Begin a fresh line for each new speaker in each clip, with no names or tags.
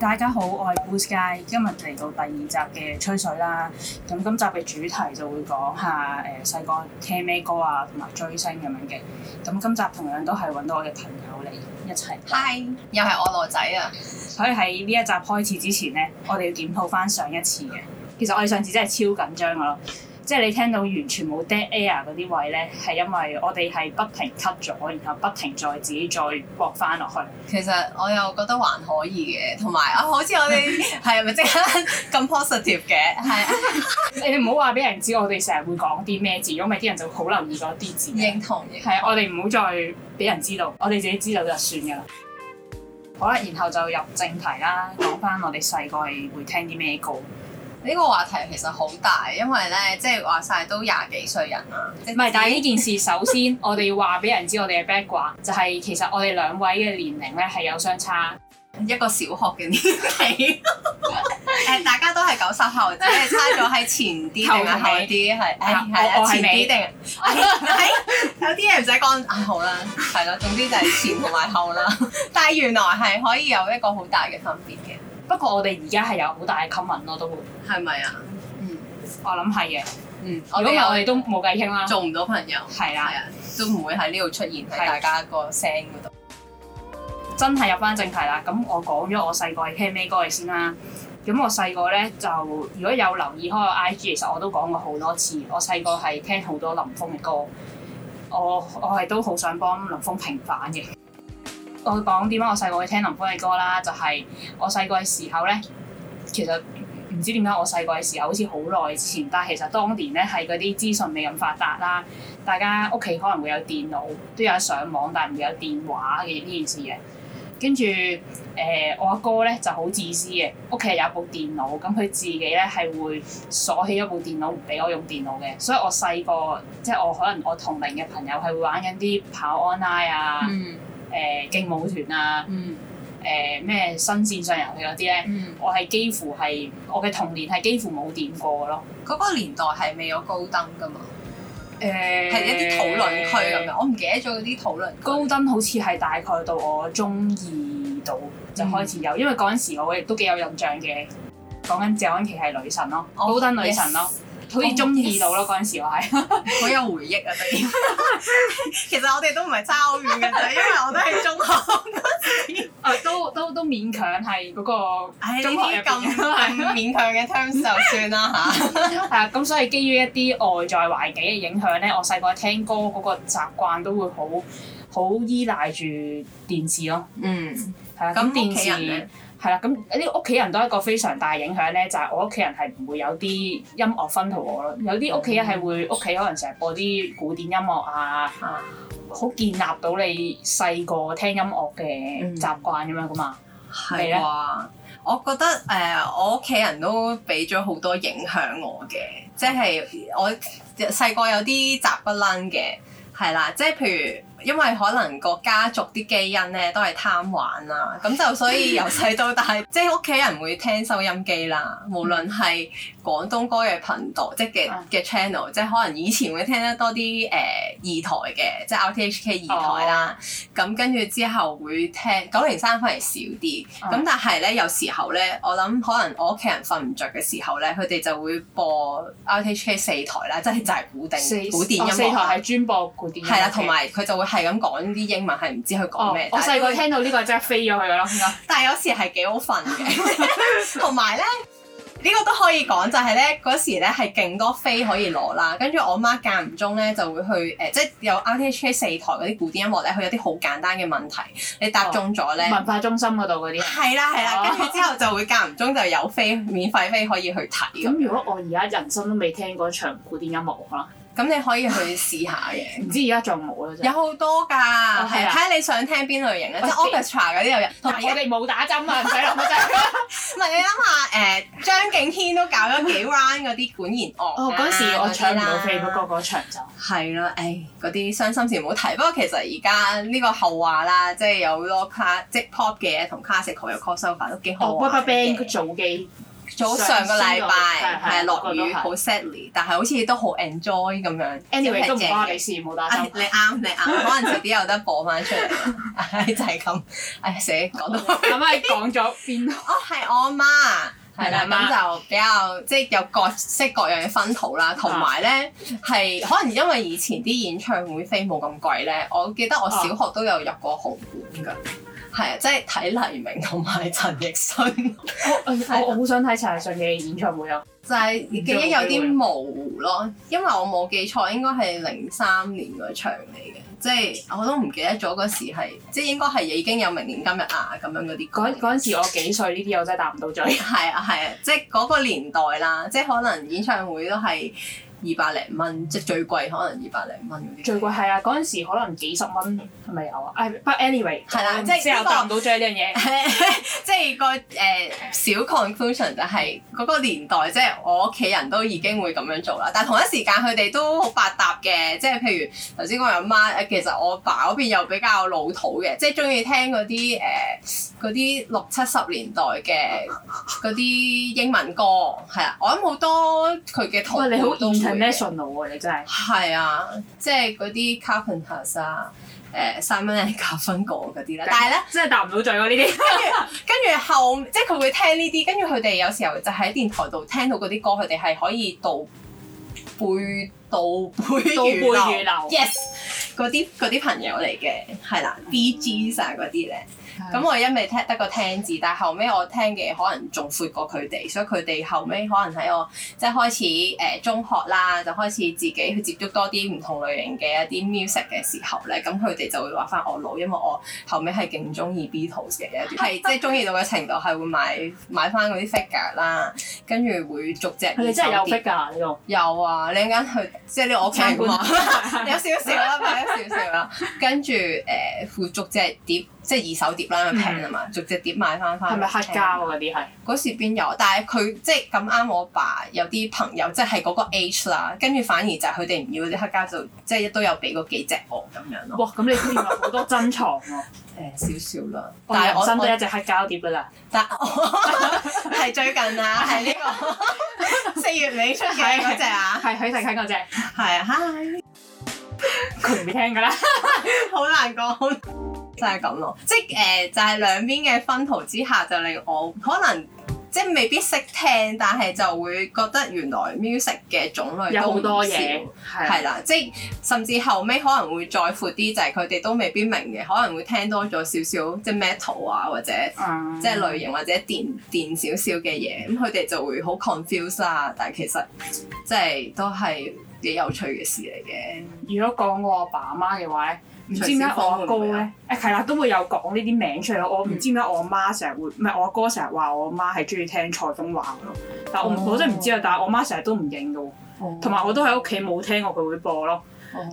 大家好，我係 Blue Sky，今日嚟到第二集嘅吹水啦。咁今集嘅主題就會講下誒細個聽咩歌啊，同埋追星咁樣嘅。咁今集同樣都係揾到我嘅朋友嚟一齊。
Hi，又係我羅仔啊！
所以喺呢一集開始之前呢，我哋要檢討翻上一次嘅。其實我哋上次真係超緊張噶咯，即係你聽到完全冇 dead air 嗰啲位呢，係因為我哋係不停 cut 咗，然後不停再自己再駁翻落去。
其實我又覺得還可以嘅，同埋啊，好似我哋 係咪即刻咁 positive 嘅？係啊
你哋唔好話俾人知，我哋成日會講啲咩字，如果唔係啲人就好留意嗰啲字。
認同嘅。
係啊，我哋唔好再俾人知道，我哋自己知道就算㗎啦。好啦，然後就入正題啦，講翻我哋細個係會聽啲咩歌。唔
呢個話題其實好大，因為咧即係話晒都廿幾歲人啦。唔
係，但係呢件事首先我哋要話俾人知，我哋嘅 background 就係其實我哋兩位嘅年齡咧係有相差。
一個小學嘅年 紀，誒大家都係九十後，只係差咗喺前啲定係 後啲，係係係
我
啊
我係
前
尾
啲定係係 有啲嘢唔使講，唉好啦，係啦，總之就係前同埋後啦。但係原來係可以有一個好大嘅分別嘅，
不過我哋而家係有好大嘅 common 咯，都會。
係咪啊？
我諗係嘅。
嗯，
如果唔係，我哋都冇偈傾啦。
做唔到朋友，
係
係
啦，
啊，都唔會喺呢度出現喺
係
大家個聲嗰度。
真係入翻正題啦。咁我講咗我細個係聽咩歌嘅先啦。咁我細個咧就如果有留意開我 IG，其實我都講過好多次，我細個係聽好多林峰嘅歌。我我係都好想幫林峰平反嘅。我講點解我細個會聽林峰嘅歌啦，就係、我細個嘅時候咧，其實唔知點解我細個嘅時候好似好耐前，但係其實當年咧係嗰啲資訊未咁發達啦，大家屋企可能會有電腦，都有得上網，但係唔會有電話嘅呢件事嘅。跟住誒、我阿哥咧就好自私嘅，屋企有一部電腦，咁佢自己咧係會鎖起一部電腦，唔俾我用電腦嘅。所以我細個即係我可能我同齡嘅朋友係會玩緊啲跑 online 啊、誒、
嗯
勁舞團啊、
嗯
誒、咩新線上遊戲嗰啲咧。
嗯，
我係幾乎係我嘅童年係幾乎冇掂過嘅咯。
嗰個年代係未有高登噶嘛？
誒係
係一啲討論區咁樣，我唔記得咗嗰啲討論區。
高登好似係大概到我中二度就開始有，
嗯
因為嗰陣時我亦都幾有印象嘅。講緊謝安琪係女神咯，
哦
高登女神咯，好似中二度咯嗰陣時我係。
好有回憶啊！突然， 其實我哋都唔係差好遠嘅啫，因為我都係中學。
誒都都都勉強係嗰個
唉，呢
中學
啲
入邊
咁咁勉強嘅 terms 就算啦嚇。
係啊，咁所以基於一啲外在環境嘅影響咧，我細個聽歌嗰個習慣都會好好依賴住電視咯。
嗯，
係啊，咁
咁
電
屋企
視
人咧，
係啦，咁啲屋企人都係一個非常大影響咧，就係、我屋企人係唔會有啲音樂薰陶我咯，有啲屋企人係會屋企可能成日播啲古典音樂啊，
啊
好建立到你細個聽音樂
嗯
嘅習慣咁樣噶嘛。你
係
咧
啩？我覺得誒、我屋企人都俾咗好多影響我嘅，即係我細個有啲雜不楞嘅，係啦，即係譬如因為可能個家族啲基因咧都係貪玩啦，咁就所以由細到大，即係屋企人會聽收音機啦，無論係廣東歌嘅頻道，即係
嗯
嘅嘅 channel，即係可能以前會聽得多啲誒、二台嘅，即係 RTHK 二台啦。咁跟住之後會聽九零三反而少啲，咁、
嗯
但係咧有時候咧，我諗可能我屋企人瞓唔着嘅時候咧，佢哋就會播 RTHK 四台啦，即係就係古定古典
哦
音
四
樂啦
台係專播古典音樂
係啦，
嘅
同埋佢就會係咁講啲英文，係唔知佢講
哦
咩。，
我
但
細
係都
個
會
聽到呢個真係飛咗佢咯，應該
但係有時係幾好瞓嘅， 同埋咧。呢個都可以講，就係咧嗰時咧係勁多飛可以攞啦，跟住我媽間唔中咧就會去誒、呃即係有 RTHK 四台嗰啲古典音樂咧，佢有啲好簡單嘅問題，你答中咗咧，
文化中心嗰度嗰啲。
係啊啦係啦，
哦
跟住之後就會間唔中就有飛免費飛可以去睇
咁
咁，
如果我而家人生都未聽過一場古典音樂啊可能
咁你可以去試下嘅。
唔知而家仲有冇啦
有
真係。
好多㗎，係
係啊
睇下你想聽邊類型嘅，啊即係 orchestra 嗰啲有人，
但
同埋
係我哋冇打針啊，唔使諗啦真係。
唔係你諗下誒，張敬軒都搞咗幾 round 嗰啲管弦樂
哦，
啊
嗰時我啊搶唔到飛，
嗰
不
啲啦
過嗰場就
係啦，誒嗰啲傷心事唔好提。不過其實而家呢個後話啦，即係有好多 class 即係 pop 嘅嘢同 classical 嘅 crossover 都幾好
哦
玩嘅。
，Baba Band 早機
早上個禮
上
拜係啊
先
落雨，
嗰個
好 sadly，但係好似都好 enjoy 咁樣。
anyway 都唔
正
關
嘅
你事，冇打針
哎。你啱你啱，可能遲啲有得播翻出嚟。唉，就係咁。唉，死講到
咁咪講咗邊？
哦，係我阿媽啊，係啦，
係啦
咁就比較即係有各式各樣嘅分土啦，同埋咧係可能因為以前啲演唱會飛冇咁貴咧，我記得我小學都有入過紅館㗎，係啊，即係睇黎明同埋陳奕 迅，
我我好想睇陳奕迅嘅演唱會啊！
就係記憶有啲模糊咯，因為我冇記錯應該係零三年嗰場嚟嘅。即係我都唔記得咗嗰時係，即係應該係已經有明年今日啊咁樣嗰啲歌
嗰嗰陣時我幾歲？呢啲我真係答唔到嘴。
係啊係啊，即係嗰個年代啦，即係可能演唱會都係二百零蚊，即係最貴可能二百零蚊嗰啲。
最貴係啊！嗰陣時可能幾十蚊係咪有啊？唉，but anyway，
係啦
我唔
即係
知啊
呢個
我答唔到嘴呢樣嘢。
即係個誒、呃小 conclusion 就係嗰個年代，即係我屋企人都已經會咁樣做啦。但同一時間佢哋都好百搭嘅，即係譬如頭先我阿媽誒，其實我爸嗰邊又比較老土嘅，即係中意聽嗰啲誒嗰啲六七十年代嘅嗰啲英文歌，係啊，我諗好多佢嘅同
喂，你好
輩都會嘅
international 喎！你真係
係啊，即係嗰啲 Carpenters 啊，誒 Simon and Garfunkel 嗰啲啦。但係咧，
真係答唔到嘴喎！呢啲
跟住後即係佢會聽呢啲，跟住佢哋有時候就喺電台度聽到嗰啲歌，佢哋係可以倒背倒背
倒背
如
如
流。
流。
Yes，嗰啲嗰啲朋友嚟嘅，係啦，B G 啊嗰啲咧。咁我一味聽得個聽字，但係後尾我聽嘅可能仲闊過佢哋，所以佢哋後尾可能喺我即係開始誒、呃中學啦，就開始自己去接觸多啲唔同類型嘅一啲 music 嘅時候咧，咁佢哋就會話翻我老，因為我後尾係勁中意 Beatles 嘅一段，係即係中意到嘅程度係會買買翻嗰啲 figure 啦，跟住會逐隻
佢哋真係有
二手碟
fit 㗎呢度。
有啊，你陣間去即係你我屋企
參
啊嘛。
觀。
有少少啦，買咗少少啦，跟住誒，附逐隻碟，即係二手碟啦，咪平啊嘛，逐隻碟買翻翻。
嗯係咪黑膠啊？嗰啲係？
嗰時邊有？但係佢即係咁啱，我爸有啲朋友即係嗰個 age 啦，跟住反而就係佢哋唔要嗰啲黑膠，就即係都有俾嗰幾隻我咁樣咯。
哇！咁你原來好多珍藏喎。
誒少少啦，
我
但係
人
我
生得
我
一隻黑膠碟㗎啦。
但我 係最近啊，係呢個 四月尾出嘅嗰隻啊，
係許廷鏗嗰隻，
係啊，嗨。
佢唔會聽㗎 啦。
好難講，就係咁咯。即係誒、呃就係、兩邊嘅分途之下，就令我可能即係未必識聽，但係就會覺得原來 music 嘅種類
有
都
好多
唔少
嘢。
係
係啊啦。
啦，即係甚至後尾可能會再闊啲，就係佢哋都未必明嘅，可能會聽多咗少少即係 metal 啊，或者
嗯
即係類型或者電電少少嘅嘢，咁佢哋就會好 confuse 啦。但係其實即係都係幾有趣嘅事嚟嘅。
如果講我阿爸阿媽嘅話咧，唔知點解我阿哥
徐小鳳會唔會
咧，誒係啦，都會有講呢啲名出嚟咯。我唔
嗯
知點解我阿媽成日會，唔係我阿哥成日話我阿媽係中意聽蔡楓華嘅咯。但我唔
哦
我真係唔知啊。但係我媽成日都唔認嘅喎，同埋我都喺屋企冇聽過佢會播咯。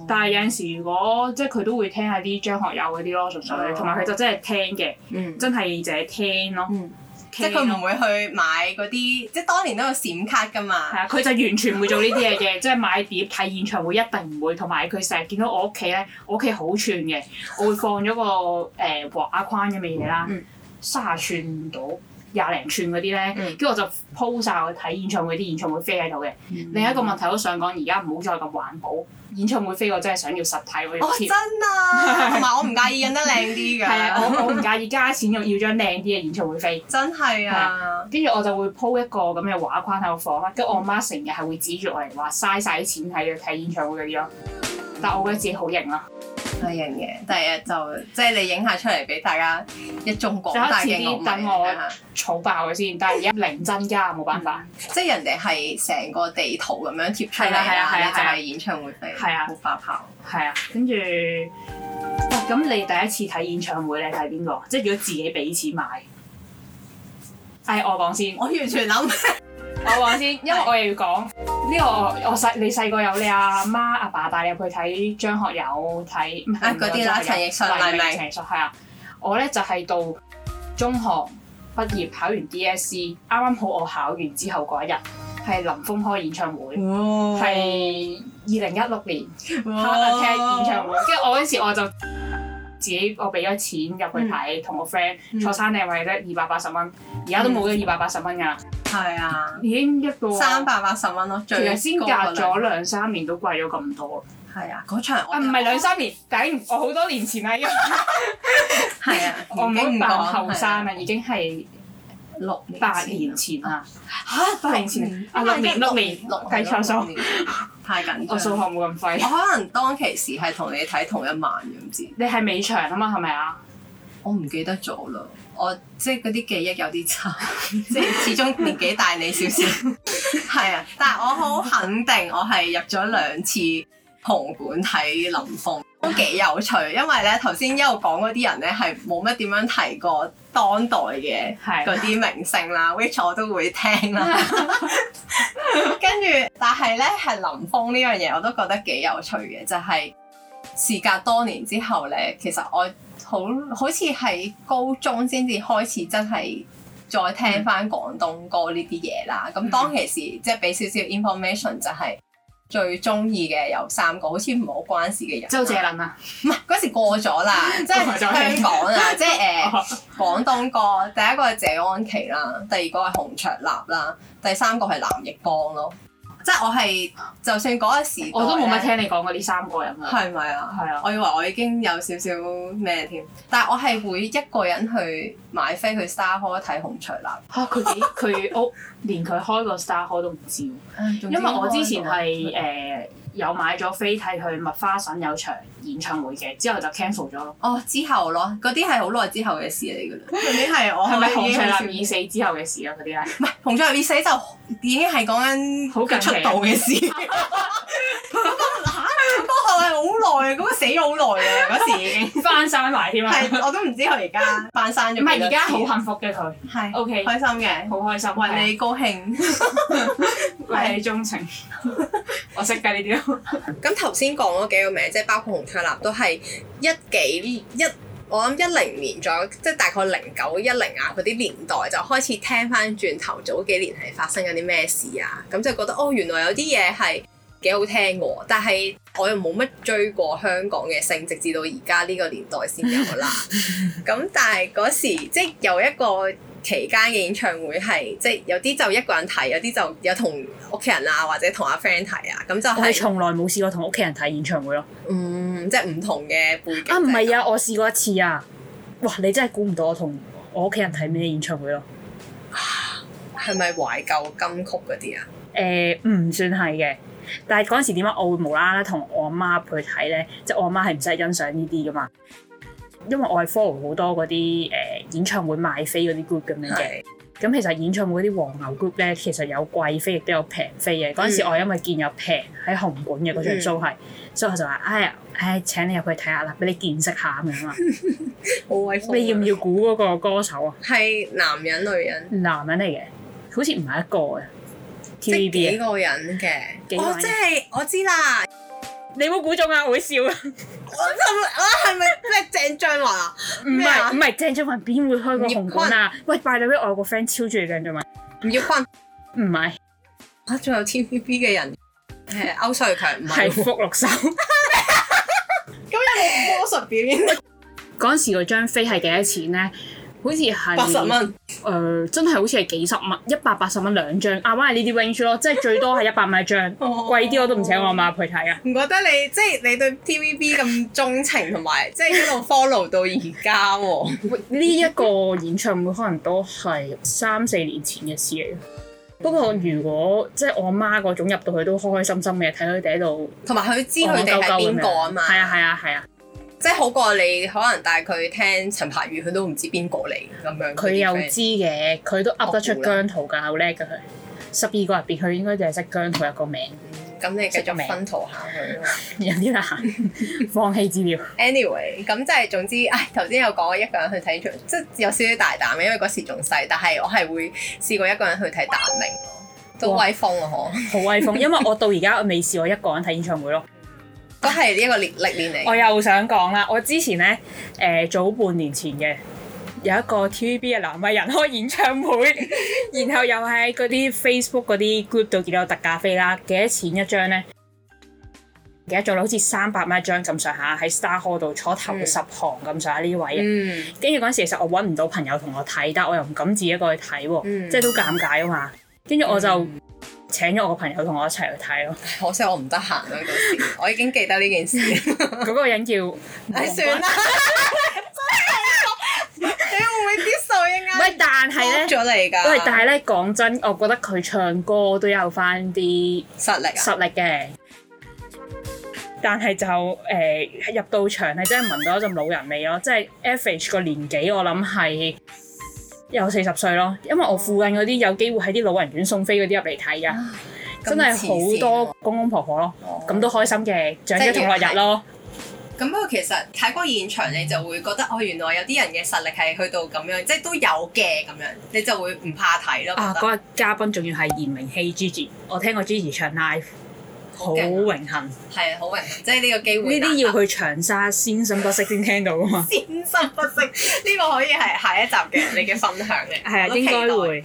但係有陣時如果即係佢都會聽下啲張學友嗰啲咯，純粹
哦
同埋佢就真係聽嘅，
嗯。
真係淨係聽咯。
嗯即
聽
係佢
咯
唔會去買嗰啲，即係當年都有閃卡噶
係
嘛。
啊，佢就完全唔會做呢啲嘢嘅， 即係買碟睇演唱會一定唔會，同埋佢成日見到我屋企咧，我屋企好串嘅，我會放咗個誒、呃、畫框咁嘅嘢啦
嗯，
卅寸到廿零寸嗰啲咧，
嗯
跟住、我就鋪晒我睇演唱會啲演唱會飛喺度嘅。
嗯
另一個問題我都想講，而家唔好再咁環保，演唱會飛我真係想要實體我要
哦，
貼
真。 啊！同埋我唔介意印得靚啲㗎。
係啊，我我唔介意加錢要要張靚啲嘅演唱會飛，
真係啊！
跟住我就會鋪一個咁嘅畫框喺我房啦，跟住我媽成日係會指住我嚟話嘥晒啲錢喺度睇演唱會嗰啲咯，但我覺得自己好型啦，
係樣嘢，第日就即係你影下出嚟俾大家一眾廣大嘅樂迷啊
就一次啲等我
睇下
儲爆佢先，但係而家零增加啊冇辦法，
即係人哋係成個地圖咁樣貼出
係
嚟
啦係啦係
啦，
啦
你就係演唱會飛，
係啊
好花炮。
係啊，跟住喂咁你第一次睇演唱會你睇邊個？即係如果自己俾錢買，唉，哎我講先，
我完全諗
我講先，因為我又要講呢個我我細你細個有你阿媽阿爸帶你入去睇張學友睇唔係
啊嗰啲啦
唔係張學友
陳奕迅黎明
陳奕迅係啊，我咧就係到中學畢業考完 E，DSE，啱啱好我考完之後嗰一日係林峰開演唱會，係二零一六年 Heart Attack 演唱會，跟住我嗰時我就。
自己我俾咗錢入去睇，同個 friend
嗯
坐山頂位啫，二百八十蚊，而家都冇咗二百八十蚊㗎啦，
係啊，
已經一個
三百八十蚊咯，
其實
最
先隔
高嗰兩
咗兩三年都貴咗咁多。
係啊，嗰場我
啊，唔係兩三年，頂！我好多年前啦，已經
係啊，
我唔
已經
好扮
講
後生
係啊
啦，已經係
六年
八
前
年
啊
前啦。嚇，八年前啊，
因為
六年
一
六年，哦
六
計錯數，
年太緊
我數
張。
學冇咁
我
廢。
可能當其時係同你睇同一晚嘅，唔知
你係尾場啊嘛，係咪啊？
我唔記得咗啦。我即係嗰啲記憶有啲差， 即係始終年紀大你少少。係啊，但係我好肯定我係入咗兩次紅館睇林峰，都幾有趣。因為咧頭先一路講嗰啲人咧係冇乜點樣提過當代嘅。
係
嗰啲明星啦，which 我都會聽 啦。跟住，但係咧係林峰呢樣嘢，我都覺得幾有趣嘅，就係、事隔多年之後咧，其實我好好似係高中先至開始真係再聽翻廣東歌呢啲嘢啦。咁
嗯
當其時即係俾少少 information 就係、最中意嘅有三個，好似唔係好關事嘅人。
周謝麟啊，
唔係嗰時過咗啦，即係
過咗
香港啊，即係誒。
哦
廣東歌，第一個係謝安琪啦，第二個係洪卓立啦，第三個係藍奕邦咯。即係我係，就算嗰個時代
我都冇乜
咧，
聽你講過呢三個人啊。
係咪啊？
係啊
我以為我已經有少少咩添，但係我係會一個人去買飛去 Star Hall 睇洪卓立。
嚇佢幾佢屋連佢開個 star 開都唔知喎，
因
因為我之前係誒有買咗飛睇佢麥花臣有場演唱會嘅，之後就 cancel 咗咯。
哦之後咯，嗰啲係好耐之後嘅事嚟㗎啦。嗰啲係我
係咪洪
已
卓
經
立已死之後嘅事啊？嗰啲係。
唔係洪卓立已死就已經係講緊
好近
佢
期啊
出道嘅事。咁我嚇，咁啊我係好耐啊，咁我死咗好耐啊嗰時已 經。
翻山埋添啊！
係，我都唔知佢而家翻山咗
唔
幾
係
多次。
而家好幸福嘅佢
係
，OK，
開心嘅，
好開心，
為你高興。
為你鍾情， 我識㗎呢啲。
咁頭先講嗰幾個名，即係包括洪卓立都係一幾一，我諗一零年左右，即係大概零九一零啊嗰啲年代就開始聽翻轉頭早幾年係發生緊啲咩事啊，咁就覺得哦原來有啲嘢係幾好聽嘅喎，但係我又冇乜追過香港嘅星，直至到而家呢個年代先有啦。咁但係嗰時即係有一個期間嘅演唱會係即係有啲就一個人睇，有啲就有同屋企人啊或者同阿 friend 睇啊，咁就
我
係、
係從來冇試過同屋企人睇演唱會咯。
嗯，即係唔同嘅背景。
啊，唔係啊，我試過一次啊。哇！你真係估唔到我同我屋企人睇咩演唱會咯。
係咪懷舊金曲嗰啲啊？
誒、唔算係嘅，但係嗰陣時點解我會無啦啦同我媽去睇咧？即係我媽係唔使欣賞呢啲噶嘛，因為我係 follow 好多嗰啲誒演唱會賣飛嗰啲 group 咁樣嘅。
係
咁其實演唱會啲黃牛 group 咧，其實有貴飛亦都有平飛嘅。嗰陣時
嗯
我因為見有平喺紅館嘅嗰場
嗯
show 係，所以我就話：哎呀，唉，請你入去睇下啦，俾你見識下咁樣啦。
好威風啊。
你要唔要估嗰個歌手啊？
係男人女人？
男人嚟嘅，好似唔係一個嘅
即係幾
TVB 啊！
個人嘅
幾，個人
哦，即係我知啦，
你冇估中啊，我會笑啊！
我就我係咪咩鄭俊華啊？
唔
咩啊
係唔係，鄭俊弘邊會開個紅館啊？喂，by the way，我有個 friend 超中意鄭俊弘，
吳業坤
唔係
啊，仲有 TVB 嘅人，誒歐瑞強唔
係
係
福祿 壽。
魔術表演
嗰陣時嗰張飛係幾多錢咧？好似係
八十蚊，
誒、呃真係好似係幾十蚊，一百八十蚊兩張，啱啱係呢啲 range 咯，即係最多係一百蚊一張，
哦
貴啲我都唔請我阿媽去睇啊！
唔覺得你即係你對 TVB 咁鍾情，同埋即係一路 follow 到而家喎。
呢一個演唱會可能都係三四年前嘅事嚟。不過如果即係我媽嗰種入到去都開開心心嘅，睇佢哋喺度
同埋佢知佢哋係邊個啊嘛，
係啊係啊係啊，
即係好過你可能帶佢聽陳柏宇，佢都唔知邊個嚟咁樣。
佢又知嘅，佢都噏得出
我估啦
姜濤㗎，好叻㗎佢。十二個入邊，佢應該就係識姜濤一個名，
咁你繼
識咗
續
未
分圖下佢咯。
有啲難，放棄資料。
Anyway，咁即係總之，唉，頭先有講我一個人去睇出，即係有少少大膽嘅，因為嗰時仲細，但係我係會試過一個人去睇達明咯，都
哇
威風啊！嗬，
好威風，因為我到而家我未試過一個人睇演唱會咯。
都係一個歷歷練嚟。
我又想講啦，我之前咧誒、早半年前嘅有一個 TVB 嘅男藝人開演唱會， 然後又喺嗰啲 Facebook 嗰啲 group 度見到有特價飛啦，幾多錢一張咧？記得咗啦，好似三百蚊一張咁上下，喺 Star Hall 度坐頭
嗯
十行咁上下呢位啊。
嗯
跟住嗰陣時，其實我揾唔到朋友同我睇，但我又唔敢自己一個去睇喎，
嗯
即係都尷尬啊嘛。跟住我就
嗯
請咗我個朋友同我一齊去睇 咯。
可惜我唔得閒啦，到時我已經記得 呢件事。
嗰個人叫
唉，算啦， 真係好你會唔會 diss 我一
唔係，
間？
但係咧
block。咗你㗎。
喂，但係咧講真，我覺得佢唱歌都有翻啲
實力啊，
實力嘅，但係就誒、入到場係真係聞到一陣老人味咯，即係 average 個年紀我諗係有四十歲咯，因為我附近嗰啲有機會喺啲老人院送飛嗰啲入嚟睇噶，
啊
真係好多公公婆婆咯，
多
咁都開心嘅，長者同樂日咯，
咁不過其實睇過現場，你就會覺得哦，原來有啲人嘅實力係去到咁樣，即係都有嘅咁樣，你就會唔怕睇咯。
啊
覺得
嗰日嘉賓仲要係嚴明熙 Gigi，我聽過 Gigi 唱 live，好
勁啊
榮幸。
係好榮幸，即係呢個機會
呢
難得。，
啲要去長沙先生不識先聽到噶嘛
天生不息，呢個可以係下一集嘅你嘅分享嚟。
係
我
啊，
都
應
期待
該會。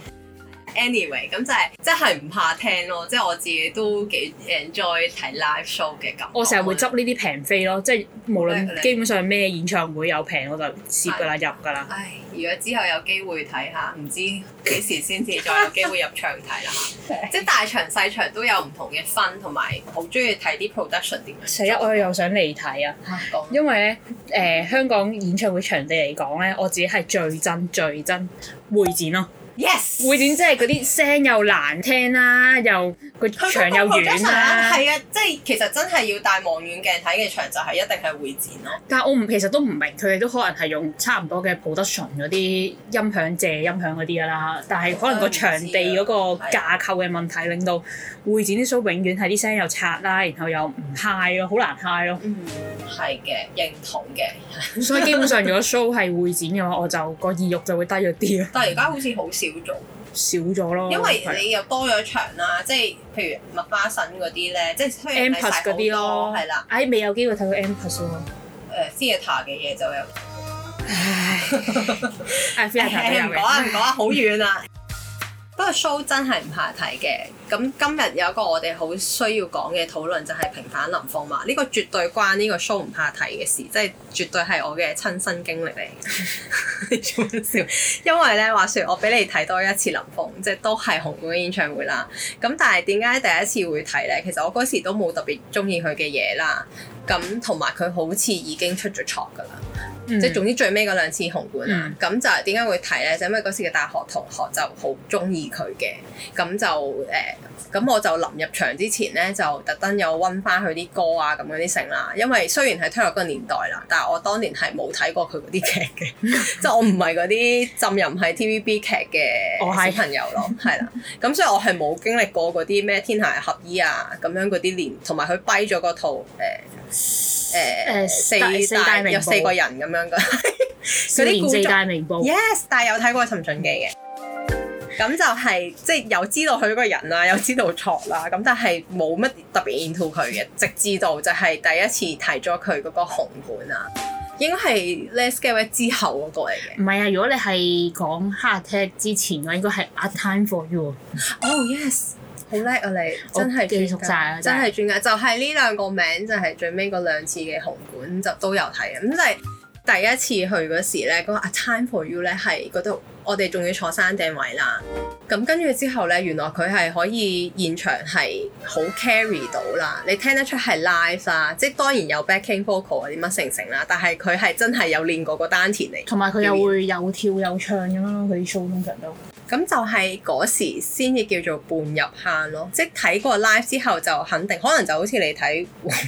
Anyway，咁就係真係唔怕聽咯，即係我自己都幾 enjoy 睇 live show 嘅感覺。
我成日會執呢啲平飛咯，即係無
係
論
係
基本上咩演唱會有平我就攝噶啦，入噶啦。
唉，如果之後有機會睇下，唔知幾時先至再有機會入場睇 啦。即係大場細場都有唔同嘅分，同埋好中意睇啲 production 點樣做。
成日我又想嚟睇啊，
嚇講
因為咧誒、香港演唱會場地嚟講咧，我自己係最憎最憎會展咯。
yes，
會展即係嗰啲聲又難聽啦，又個
佢
場又遠啦。
係啊，即係其實真係要戴望遠鏡睇嘅場就係一定係會展咯。
但我唔其實都唔明，佢哋都可能係用差唔多嘅 production 嗰啲音響借音響嗰啲㗎啦，但係可能個場地嗰個架構嘅問題，令到會展啲 show 永遠係啲聲又拆啦，然後又唔 high 咯，好難 high 咯。
嗯，係嘅，認同嘅。
所以基本上如果 show 係會展嘅話，我就個意欲就會低咗啲咯，
但係而家好似好少做，
少咗咯。
因為
哦係啊
你又多咗場啦，即係譬如麥花臣嗰啲咧，即係雖然
M
係細
plus
好
嗰啲咯
多，係啦，
唉未有機會睇到 M plus 咯。
誒 theatre 嘅嘢就有。
唉，唉 f i 都有嘅。
誒哎唔講啊，唔講啊，好遠啦。不過 show 真係唔怕睇嘅。咁今日有一個我哋好需要講嘅討論就係平反林峰嘛。呢、個絕對關呢個 show 唔怕睇嘅事，即係絕對係我嘅親身經歷嚟。你做乜笑？ 因為咧話說，我俾你睇多一次林峰，即係都係紅館嘅演唱會啦。咁但係點解第一次會睇咧？其實我嗰時都冇特別中意佢嘅嘢啦。咁同埋佢好似已經出咗錯㗎啦。即係
嗯
總之最尾嗰兩次紅館啦
嗯。
咁、就係點解會睇咧？就因為嗰時嘅大學同學就好中意佢嘅，咁就誒，呃咁、我就臨入場之前咧，就特登有温翻佢啲歌啊，咁嗰啲成啦。因為雖然係推入嗰個年代啦，但係我當年係冇睇過佢嗰啲劇嘅，即係我唔係嗰啲浸淫喺 TVB 劇
我
嘅
係
小朋友咯，係啦。咁所以我係冇經歷過嗰啲咩天下合衣啊咁樣嗰啲年，同埋佢跛咗嗰套誒。誒
誒四
四
大
大
名
有四
捕
個人咁樣嘅，
少年四大名捕
Yes，但係有睇過《尋秦記》嘅。咁就係、即係有知道佢個人啊啦，有知道錯啦，咁但係冇乜特別 into 佢嘅，直至到就係第一次提咗佢嗰個紅館啊，應該係 Let's Get It 之後嗰個嚟
唔
嘅。
係啊，如果你係講 Heart Attack 之前，啊我應該係 A Time For You。啊
Oh yes，好叻啊你，
我
真係
記
專
熟
家
晒啊真
真係
係
專家，就係呢兩個名就係最尾嗰兩次嘅紅館就都有睇嘅，咁就係第一次去嗰時咧，嗰、個 A Time For You 咧係嗰度，我哋仲要坐山頂位啦。咁跟住之後咧，原來佢係可以現場係好 carry 到啦，你聽得出係 live 啦，即係當然有 backing vocal 嗰啲乜成成啦，但係佢係真係有練過個丹田嚟。
同埋佢又會有跳有唱咁樣咯，佢啲 show 通常都
咁就係嗰時先至叫做半入坑咯，即係睇過 live 之後就肯定，可能就好似你睇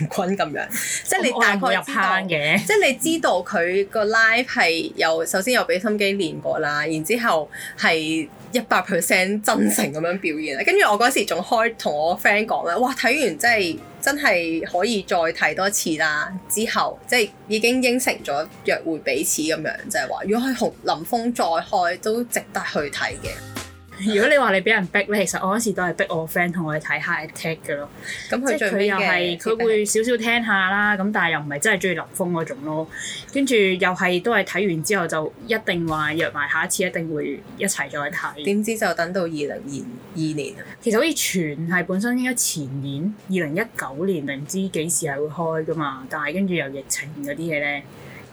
黃君咁樣，即係你大
我
概
又冇入
知
坑
道，
嘅。
即係你知道佢個 live 係有首先有俾心機練過啦，然之後係一百 percent 真誠咁樣表現啦。跟住我嗰時仲開同我 friend 講啦，哇睇完真係真係可以再睇多次啦。之後即係已經應承咗約會彼此咁樣，就係話如果係紅林峰再開都值得去睇嘅。
如果你話你俾人逼咧，其實我嗰時都係逼我 friend 同我去睇 High Attack 嘅咯，
咁
即
佢
係
最
佢
尾
又
嘅
係佢會少少聽下啦，咁但係又唔係真係中意林峰嗰種咯。跟住又係都係睇完之後就一定話約埋下一次一定會一齊再睇。
點知就等到二零二二年啊
其實好似全係本身應該前年二零一九年定唔知幾時係會開噶嘛，但係跟住又疫情嗰啲嘢咧，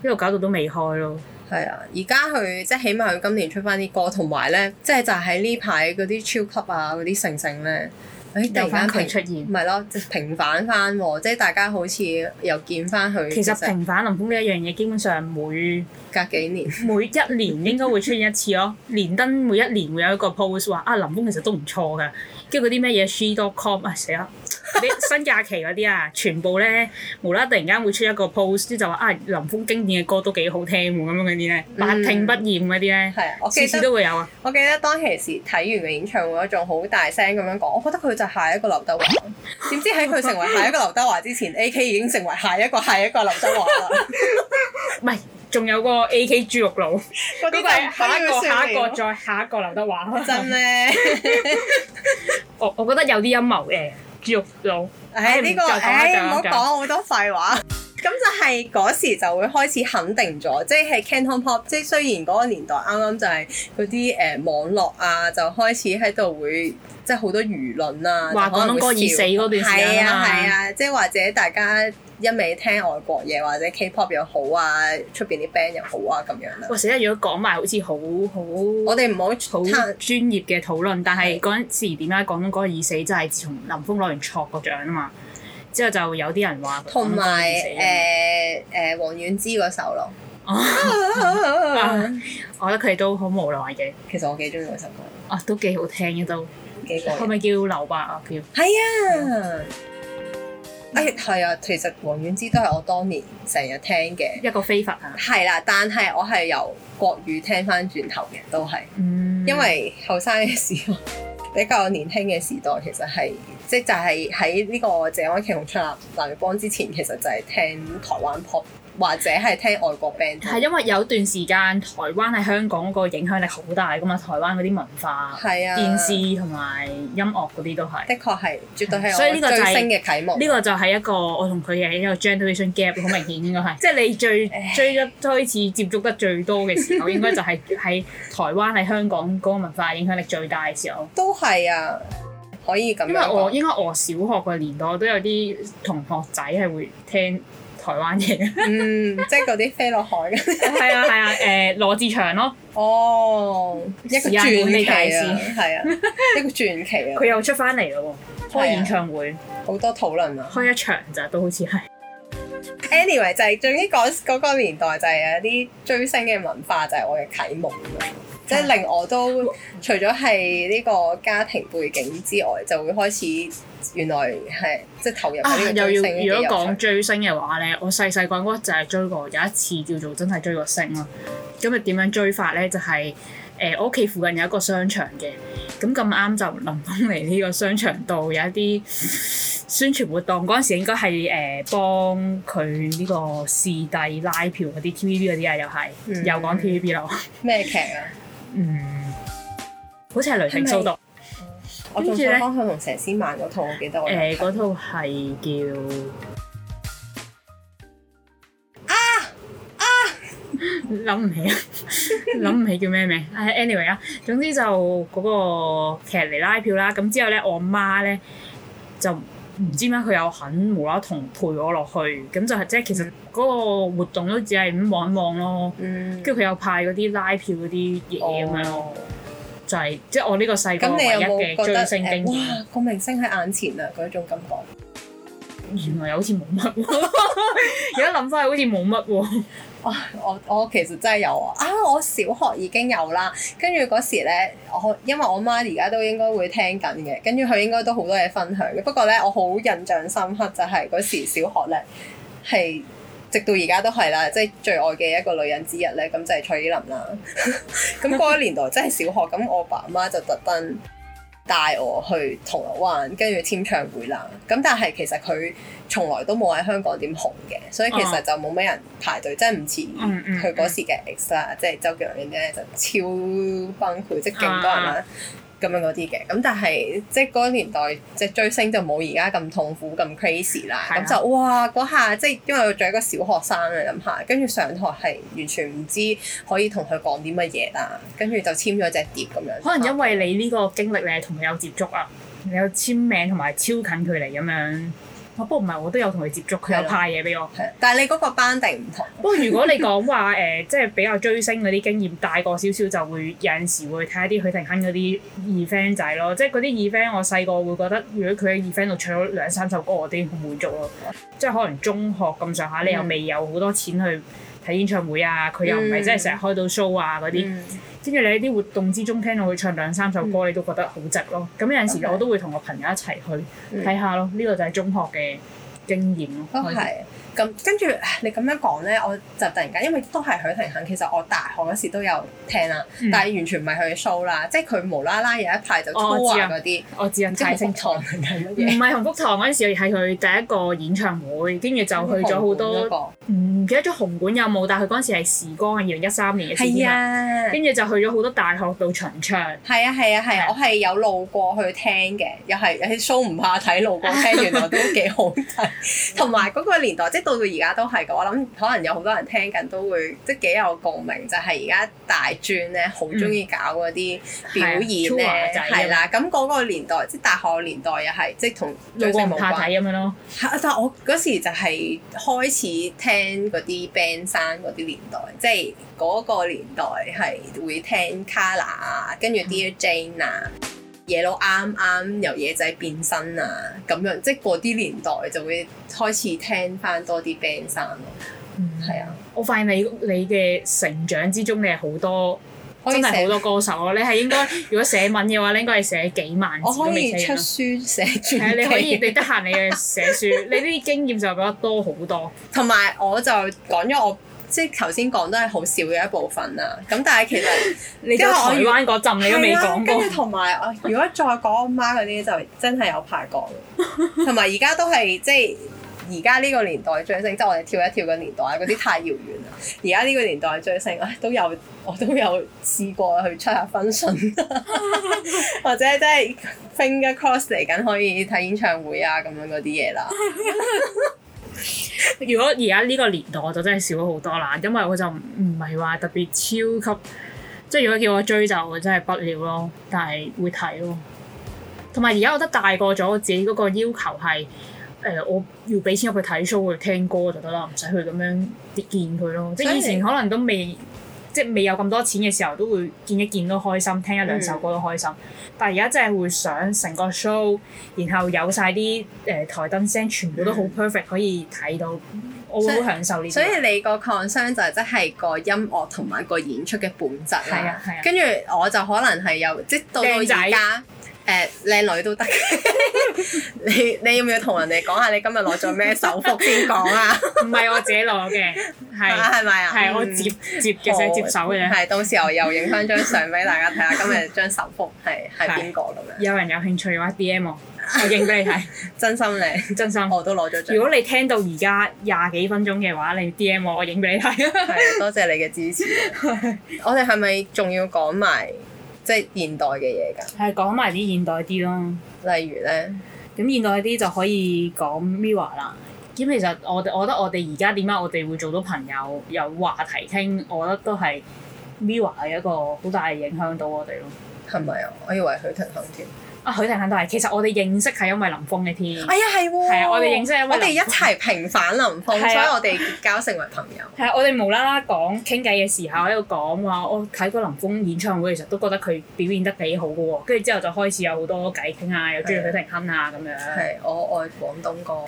一路搞到都未開咯。
係啊，而家佢即係起碼佢今年出翻啲歌，同埋咧，即係就喺呢排嗰啲超級啊嗰啲盛盛咧，誒
有
突
翻
然間
佢
平
出現
唔。係咯，即係平反翻喎，即係大家好似又見翻佢。
其實平反林峰呢一樣嘢，基本上每
隔 幾年，
每一年應該會出現一次咯。連登每一年會有一個 post 話啊，林峰其實都唔錯㗎。跟住嗰啲咩嘢 she.com 啊死啦！ 啲新假期嗰啲啊，全部咧無啦啦突然間會出一個 post，即就話啊，林峰經典嘅歌都幾好聽喎，咁樣嗰啲咧，
嗯
百聽不厭嗰啲咧，
係啊，我記
次次
得
都會有啊。
我記得當其時睇完個演唱會，仲好大聲咁樣講，我覺得佢就下一個劉德華。點知喺佢成為下一個劉德華 之前，A.K. 已經成為下一個下一個劉德華啦。
唔係，仲有個 A.K. 豬肉佬，嗰
嗰
個
啲
係
係
下一 個下一個再下一個劉德華。
真咧。
我我覺得有啲陰謀嘅豬肉佬。
唉，呢個
再講啦
唉
再講
唔好
再
講
講
好多廢話。 咁就係嗰時就會開始肯定咗，即係 Canton Pop，即係雖然嗰個年代啱啱就係嗰啲誒呃網絡啊，就開始喺度會即係好多輿論啊，
話
就可能會
廣東歌已死嗰段時間
笑係
啊
啊
嘛
係啊，即係或者大家一味聽外國嘢或者 K-pop 又好啊，出邊啲 band 又好啊咁樣啦。
哇！死啦！如果講埋好似好好
我哋唔好
好
攤
專業嘅討論，但係嗰陣時點解廣東歌已死，就係自從林峰攞完錯個獎啊嘛，之後就有啲人話
同
廣
埋
東歌已死啊
誒誒黃遠之嗰首咯。
哦我覺得佢哋都好無奈嘅，
其實我幾中意嗰首歌，
啊都幾好聽嘅都，
幾過癮
係。咪嗯叫劉伯啊？叫
係啊，誒係啊，其實黃遠之都係我當年成日聽嘅，
一個非法啊，
係啦，但係我係由國語聽翻轉頭嘅，都係
嗯，
因為後生嘅時候。 比較年輕嘅時代，其實係即係就係喺呢個謝安琪同出立藍月光之前，其實就係聽台灣 pop 或者係聽外國 band，
係啊因為有段時間台灣喺香港個影響力好大噶嘛，台灣嗰啲文化、
係啊，
電視同埋音樂嗰啲都係。
的確係絕對係
所以
我
呢個就
追
係
星嘅啟蒙。
呢個就係一個我同佢嘅一個 generation gap，好明顯應該 係，即係你最追得開始接觸得最多嘅時候，應該就係 喺台灣喺香港嗰個文化影響力最大嘅時候。
都係啊，可以咁樣
因為我
講。
應該我小學個年代都有啲同學仔係會聽台灣嘢，
嗯，即係嗰啲飛落海 嘅。
係啊係啊，誒、羅志祥咯，
哦，一個
時間管
傳
理
奇
大
啊，
師
係啊，一個傳奇啊
佢，又出翻嚟咯喎，
係啊
開演唱會，
好多討論啊。
開一場咋都好似係。
Anyway，就係總之嗰嗰個年代就係有啲追星嘅文化就係我嘅啟蒙咯，即係令我都除咗係呢個家庭背景之外，就會開始原來係即係投入
啊！
喺呢個
又
追星
要
嘅
如果講
遊戲。
追星嘅話咧，我細細個嗰陣就係追過，有一次叫做真係追過星咯。咁啊點樣追法咧？就係、誒、我屋企附近有一個商場嘅，咁咁啱就林峰嚟呢個商場度有一啲宣傳活動。嗰陣時應該係誒、幫佢呢個視帝拉票嗰啲 TVB 嗰啲啊，又係、
嗯
又講 TVB 啦。
咩劇啊？
嗯，好似係雷霆掃毒。
我仲想講佢同佘詩曼嗰套，我記得我有
誒
睇
嗰套係叫啊啊啊，諗唔 起啊，諗唔起叫咩名。誒 anyway 啊，總之就嗰個劇嚟拉票啦。咁之後咧，我媽咧就唔知點解佢又肯無啦啦同陪我落去，咁就係即係其實嗰個活動都只係咁望一望咯。
嗯，
跟住佢又派嗰啲拉票嗰啲嘢咁樣咯，
哦
就係即係我呢個細個
咁
唯
你
一
有
嘅
冇覺
追
得
星經
誒
驗。啊
哇個明星喺眼前啊嗰種感覺？
原來又好似冇乜喎， 而家諗翻好似冇乜喎。
我我其實真係有啊！啊，我小學已經有啦，跟住嗰時咧，我因為我媽而家都應該會聽緊嘅，跟住佢應該都好多嘢分享嘅。不過咧，我好印象深刻就係嗰時小學咧，係直到而家都係啦，即係最愛嘅一個女人之一咧，咁就係蔡依林啦。 咁嗰個年代真係小學，咁我爸媽就特登帶我去銅鑼灣，跟住簽唱會啦。咁但係其實佢從來都冇喺香港點紅嘅，所以其實就冇咩人排隊，真係唔似
嗯嗯啊
佢嗰時嘅 ex 啦，即係周杰倫咧就超崩潰，即係勁多人啦。咁樣嗰啲嘅。咁但係即係嗰個年代，即係追星就冇而家咁痛苦咁 crazy 啦。
係啊
咁就哇嗰下即係因為我仲係一個小學生啊，諗下跟住上堂係完全唔知可以同佢講啲乜嘢啦，跟住就簽咗隻碟咁樣。哦
可能因為你呢個經歷，你係同佢有接觸啊，你有簽名同埋超近距離咁樣。我不過唔係，我都有同佢接觸，佢
係
有
咯
派嘢俾我。
係啊但係你嗰個班定唔同。
不過如果你講話誒，即係比較追星嗰啲經驗，大個少少就會有陣時會睇一啲許廷鏗嗰啲二 friend 仔咯，即係嗰啲二 friend 我細個會覺得，如果佢喺二 friend 度唱咗兩三首歌，我啲好滿足咯。啊即係可能中學咁上下，你又未有好多錢去睇演唱會啊，佢又唔係
嗯
真係成日開到 show 啊嗰啲。
嗯
跟住你喺啲活動之中聽到佢唱兩三首歌，你都覺得好值咯。咁有陣時
Okay
我都會同我朋友一齊去
嗯
睇下咯。呢個就係中學嘅經驗咯。
都哦係。咁跟住你咁樣講咧，我就突然間，因為都係許廷鏗，其實我大學嗰時都有聽啦，
嗯
但係完全唔係佢嘅 show 啦，即係佢無啦啦有一排就
哦我
tour
知啊
嗰啲，
我只係
唔知
太清
紅
楚。
堂定係乜
唔
嘢，
係紅福堂嗰陣時，係佢第一個演唱會，跟住就嗯去咗好
紅
多，
館
唔記得咗紅館有冇，但係佢嗰陣時係時光二零一三年嘅
嗰
事
個，係
件啦
啊，
跟住就去咗好多大學度巡唱，
係啊係啊係
係啊
啊，我係有路過去聽嘅，又係有啲 show 唔怕睇，路 過聽原來都幾好睇， 同埋嗰個年代，即係到到而家都係嘅。我諗可能有好多人聽緊都會即係幾有共鳴，就係而家大專咧好中意搞嗰啲表演咧，
係啊，tour 仔
嗯係啦。咁嗰個年代，即係大學年代又係即係同
路
追
過
星
唔
冇
怕
關。
睇咁樣咯。
係但係我嗰時就係開始聽嗰啲 band 山嗰啲年代，即係嗰個年代係會聽 Kala 啊，跟住
嗯
Dear Jane 啊，野佬啱啱由野仔變身啊，咁樣即係嗰啲年代就會開始聽翻多啲 band 山咯，
嗯
係啊，
我發現你你嘅成長之中，你係好多。
可
真
以
係好
寫
多歌手啊咯。你係應 該如果寫文嘅話，你應該係寫幾萬
我
字都
可
未
以
寫
出
完咯。
書寫
係啊，你可
傳
以
記。
你得閒你去寫書，你呢啲經驗就比較多好 多。
同埋我就講咗我即係頭先講都係好少嘅一部分啦，咁但係其實
你
因為
到
我
台
原
灣嗰陣你都未講
係
過
啊跟，住同埋啊，如果再講我媽嗰啲，就真係有排講。 同埋而家都係即係而家呢個年代追星，即係我哋跳一跳嘅年代，啊嗰啲太遙遠啦。而家呢個年代追星，唉都有我都有試過去 check 下 function，或者即係 finger cross 嚟緊可以睇演唱會啊咁樣嗰啲嘢啦。
如果而家呢個年代我就真係少咗好多啦，因為我就唔係話特別超級，即係如果叫我追就真係不了咯，但係會睇咯。同埋而家我覺得大個咗，我自己嗰個要求係誒、呃我要俾錢入去睇 show 去聽歌就得啦，唔使去咁樣見佢咯。即係以
所以
前
你
可能都未。即係未有咁多錢嘅時候，都會見一見都開心，聽一兩首歌都開心。但係而家真係會想成個 show，然後有晒啲誒台燈聲，全部都好 perfect，可以睇到，我會好享受呢啲。
所以你個 concern 就係即係個音樂同埋個演出嘅本質啦。
係啊係啊
跟住我就可能係有，即係到到
靚
而
仔
家。誒靚、女都得， 你你要唔要同人哋講下你今日攞咗咩手幅先講啊？
唔係我自己攞嘅， 係
係咪啊？
係我
嗯
接接嘅啫，接手嘅啫。
係到時候又影翻張相俾大家睇下，今日張手幅係係邊個咁樣？
有人有興趣嘅話，D M 我，我影俾你睇，
真心 靚，
真心。
我都攞咗張
如。果你聽到而家廿幾分鐘嘅話，你 D M 我，我影俾你睇。
係啊多謝你嘅支持。我哋係咪仲要講埋即係現代嘅嘢㗎？
係講埋啲現代啲咯。
例如咧，
咁現代啲就可以講 Mirror 啦。咁其實我哋我覺得我哋而家點解我哋會做到朋友有話題傾，我覺得都係 Mirror 嘅一個好大嘅影響到我哋咯。
係咪啊？我以為佢騰騰添。
啊，許廷鏗都係，其實我哋認識係因為林峰嘅添。
哎呀，係喎。
係啊我哋認識係因為
我哋
林
一齊平反林峯，所
係
以
啊
我哋結交成為朋友。
係啊，我哋無啦啦講傾偈嘅時候喺度講話，我睇過林峰演唱會，其實都覺得佢表現得幾好嘅喎。跟住之後就開始有好多偈傾啊，又中意許廷鏗啊咁樣。
係，我愛廣東歌。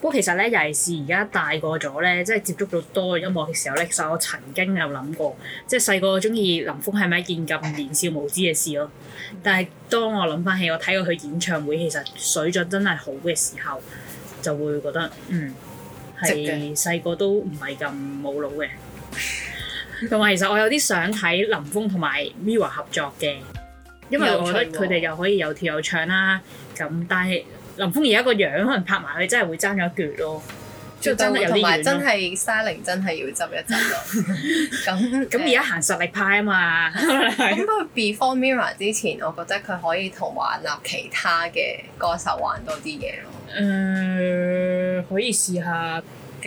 不過其實咧，尤其是而家大個咗咧，即係接觸到多嘅音樂嘅時候咧，其實我曾經有諗過，即係細個中意林峰係咪一件咁年少無知嘅事咯？但係當我諗翻起我睇過佢演唱會，其實水準真係好嘅時候，就會覺得嗯
值
係
嘅
細個都唔係咁冇腦嘅。同埋其實我有啲想睇林峰同埋 Mirror 合作嘅，因為我覺得
有趣喎
佢哋又可以有跳有唱啦。咁但係林峰而家個樣可能拍埋佢真係會爭咗一橛咯。即係真係有
同
啲
埋
遠
真
咯。
係 styling 真係要執一執咯。 咁
咁而家行實力派啊嘛，
咁佢 Before Mirror 之前，我覺得佢可以同華納其他嘅歌手玩多啲嘢咯，
誒嗯可以試下，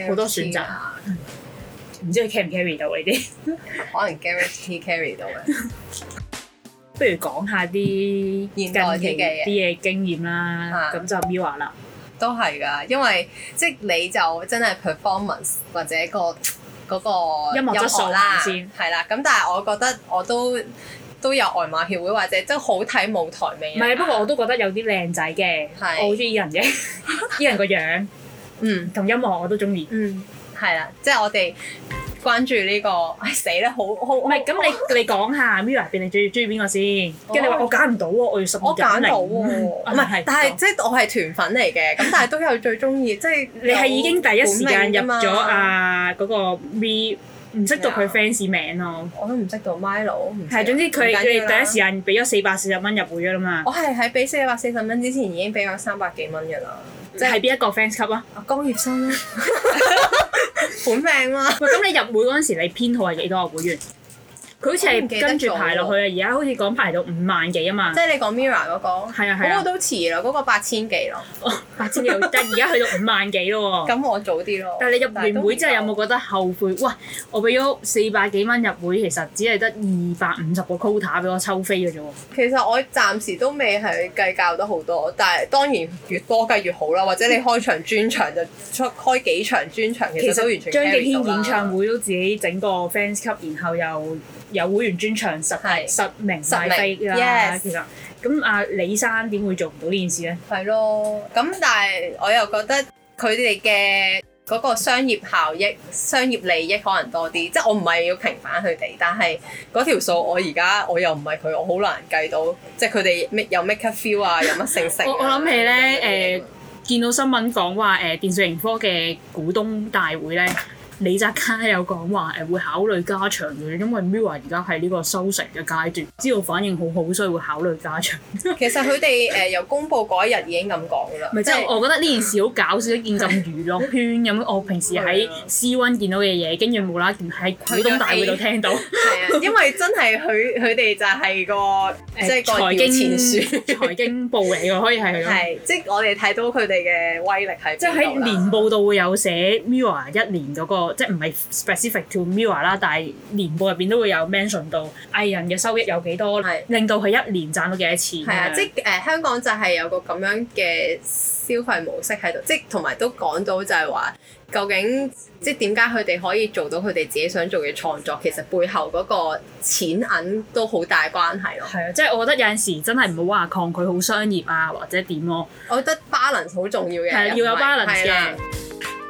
好多選擇
Gareth T 啊
唔知佢 carry 唔 carry 到呢啲？
可能 Gareth T carry 到嘅。
不如講下啲
現代啲嘅嘢
近期啲嘢經驗啦。
啊
咁就 Mira 啦，
都係㗎，因為即係你就真係 performance 或者個嗰個
音樂質素
啦，
先
係啦。咁但係我覺得我都都有外貌協會或者都好睇舞台美
唔
啊。
係不過我都覺得有啲靚仔嘅，我
係
好中意 E 人 嘅 E 人個樣
嗯
同音樂我都中意。
嗯係啦，即係我哋關注呢、個， 唉死啦，好好
唔
唔
係咁，你你講下 Mira 入邊你最中意邊個先？跟住你話
哦
我揀唔到喎，我要十二
我揀
揀
到喎，
零
唔
啊
係，但係
講
即係我係團粉嚟 嘅，咁但係都有最中意，即係
你係已經第一時間入咗
有本命㗎嘛，
啊嗰個 V，唔識讀佢 fans 名咯。
我都唔識到 Milo，唔識
係，總之佢佢
唔緊要啦哦
哋第一時間俾咗四百四十蚊入會㗎啦嘛。
我係喺俾四百四十蚊之前已經俾咗三百幾蚊嘅啦，
即係邊一個 fans 級啊？
啊江葉 生啦，本命啦，
喂，咁你入會嗰陣時，你編號係幾多個會員？佢好似
我唔記
係
得
跟住
咗
排落去啊！而家好似講排到五萬幾啊嘛
即，係你講 Mira 嗰個，
係啊係
嗰
啊
個都遲啦，嗰個八千幾咯，
八千幾， 但係而家去到五萬幾咯喎。
咁我早啲咯。
哦但係你入
係都
完會之後有冇覺得後悔？喂，我俾咗四百幾蚊入會，其實只係得二百五十個 quota 俾我抽飛嘅啫喎。
其實我暫時都未係計較得好多，但係當然越多梗係越好啦。或者你開場專場就出開幾場專場，其
其
實都完
實
全
張敬
carry 到
軒
啦
演唱會都自己整個 fans 級，然後又有會員專場實
係
實名
實
晒
名
飛啦。
yes
其實咁阿李生點會做唔到呢件事咧？
係咯，咁但係我又覺得佢哋嘅嗰個商業效益、商業利益可能多啲，即係我唔係要平反佢哋，但係嗰條數我而家我又唔係佢，我好難計到，即係佢哋 make 有 make a feel 啊，有乜成成 啊。
我我諗起咧
咁樣
誒，見到新聞講話誒電訊盈科嘅股東大會咧，李澤楷有講話誒會考慮加長嘅，因為 MIRROR 而家係呢個收成嘅階段，知道反應好好，所以會考慮加長。
其實佢哋誒由公佈嗰一日已經咁講㗎啦，
咪即係我覺得呢件事好搞笑，一件咁娛樂圈咁，我平時
啊
喺 C One 見到嘅嘢，跟住無啦啦喺股東大會度聽 到，
係 啊，因為真係佢佢哋就係個即係個搖
財
錢
經
樹，
財經部嚟嘅，可以係咁。
係即係我哋睇到佢哋嘅威力係邊
即係喺
度啦
年報度會有寫 Mirror 一年嗰、個，即係唔係 specific to Mirror 啦，但係年報入邊都會有 mention 到藝人嘅收益有幾多
係，
令到佢一年賺到幾多錢。
係啊，即係誒、香港就係有個咁樣嘅消費模式喺度，即係同埋都講到就係話，究竟即係點解佢哋可以做到佢哋自己想做嘅創作，其實背後嗰個錢銀都好大關係咯。
係啊，即係我覺得有陣時真係唔好話抗拒好商業啊，或者點咯，
我覺得 balance 好重要嘅，
係啊要有 balance
係啦
嘅。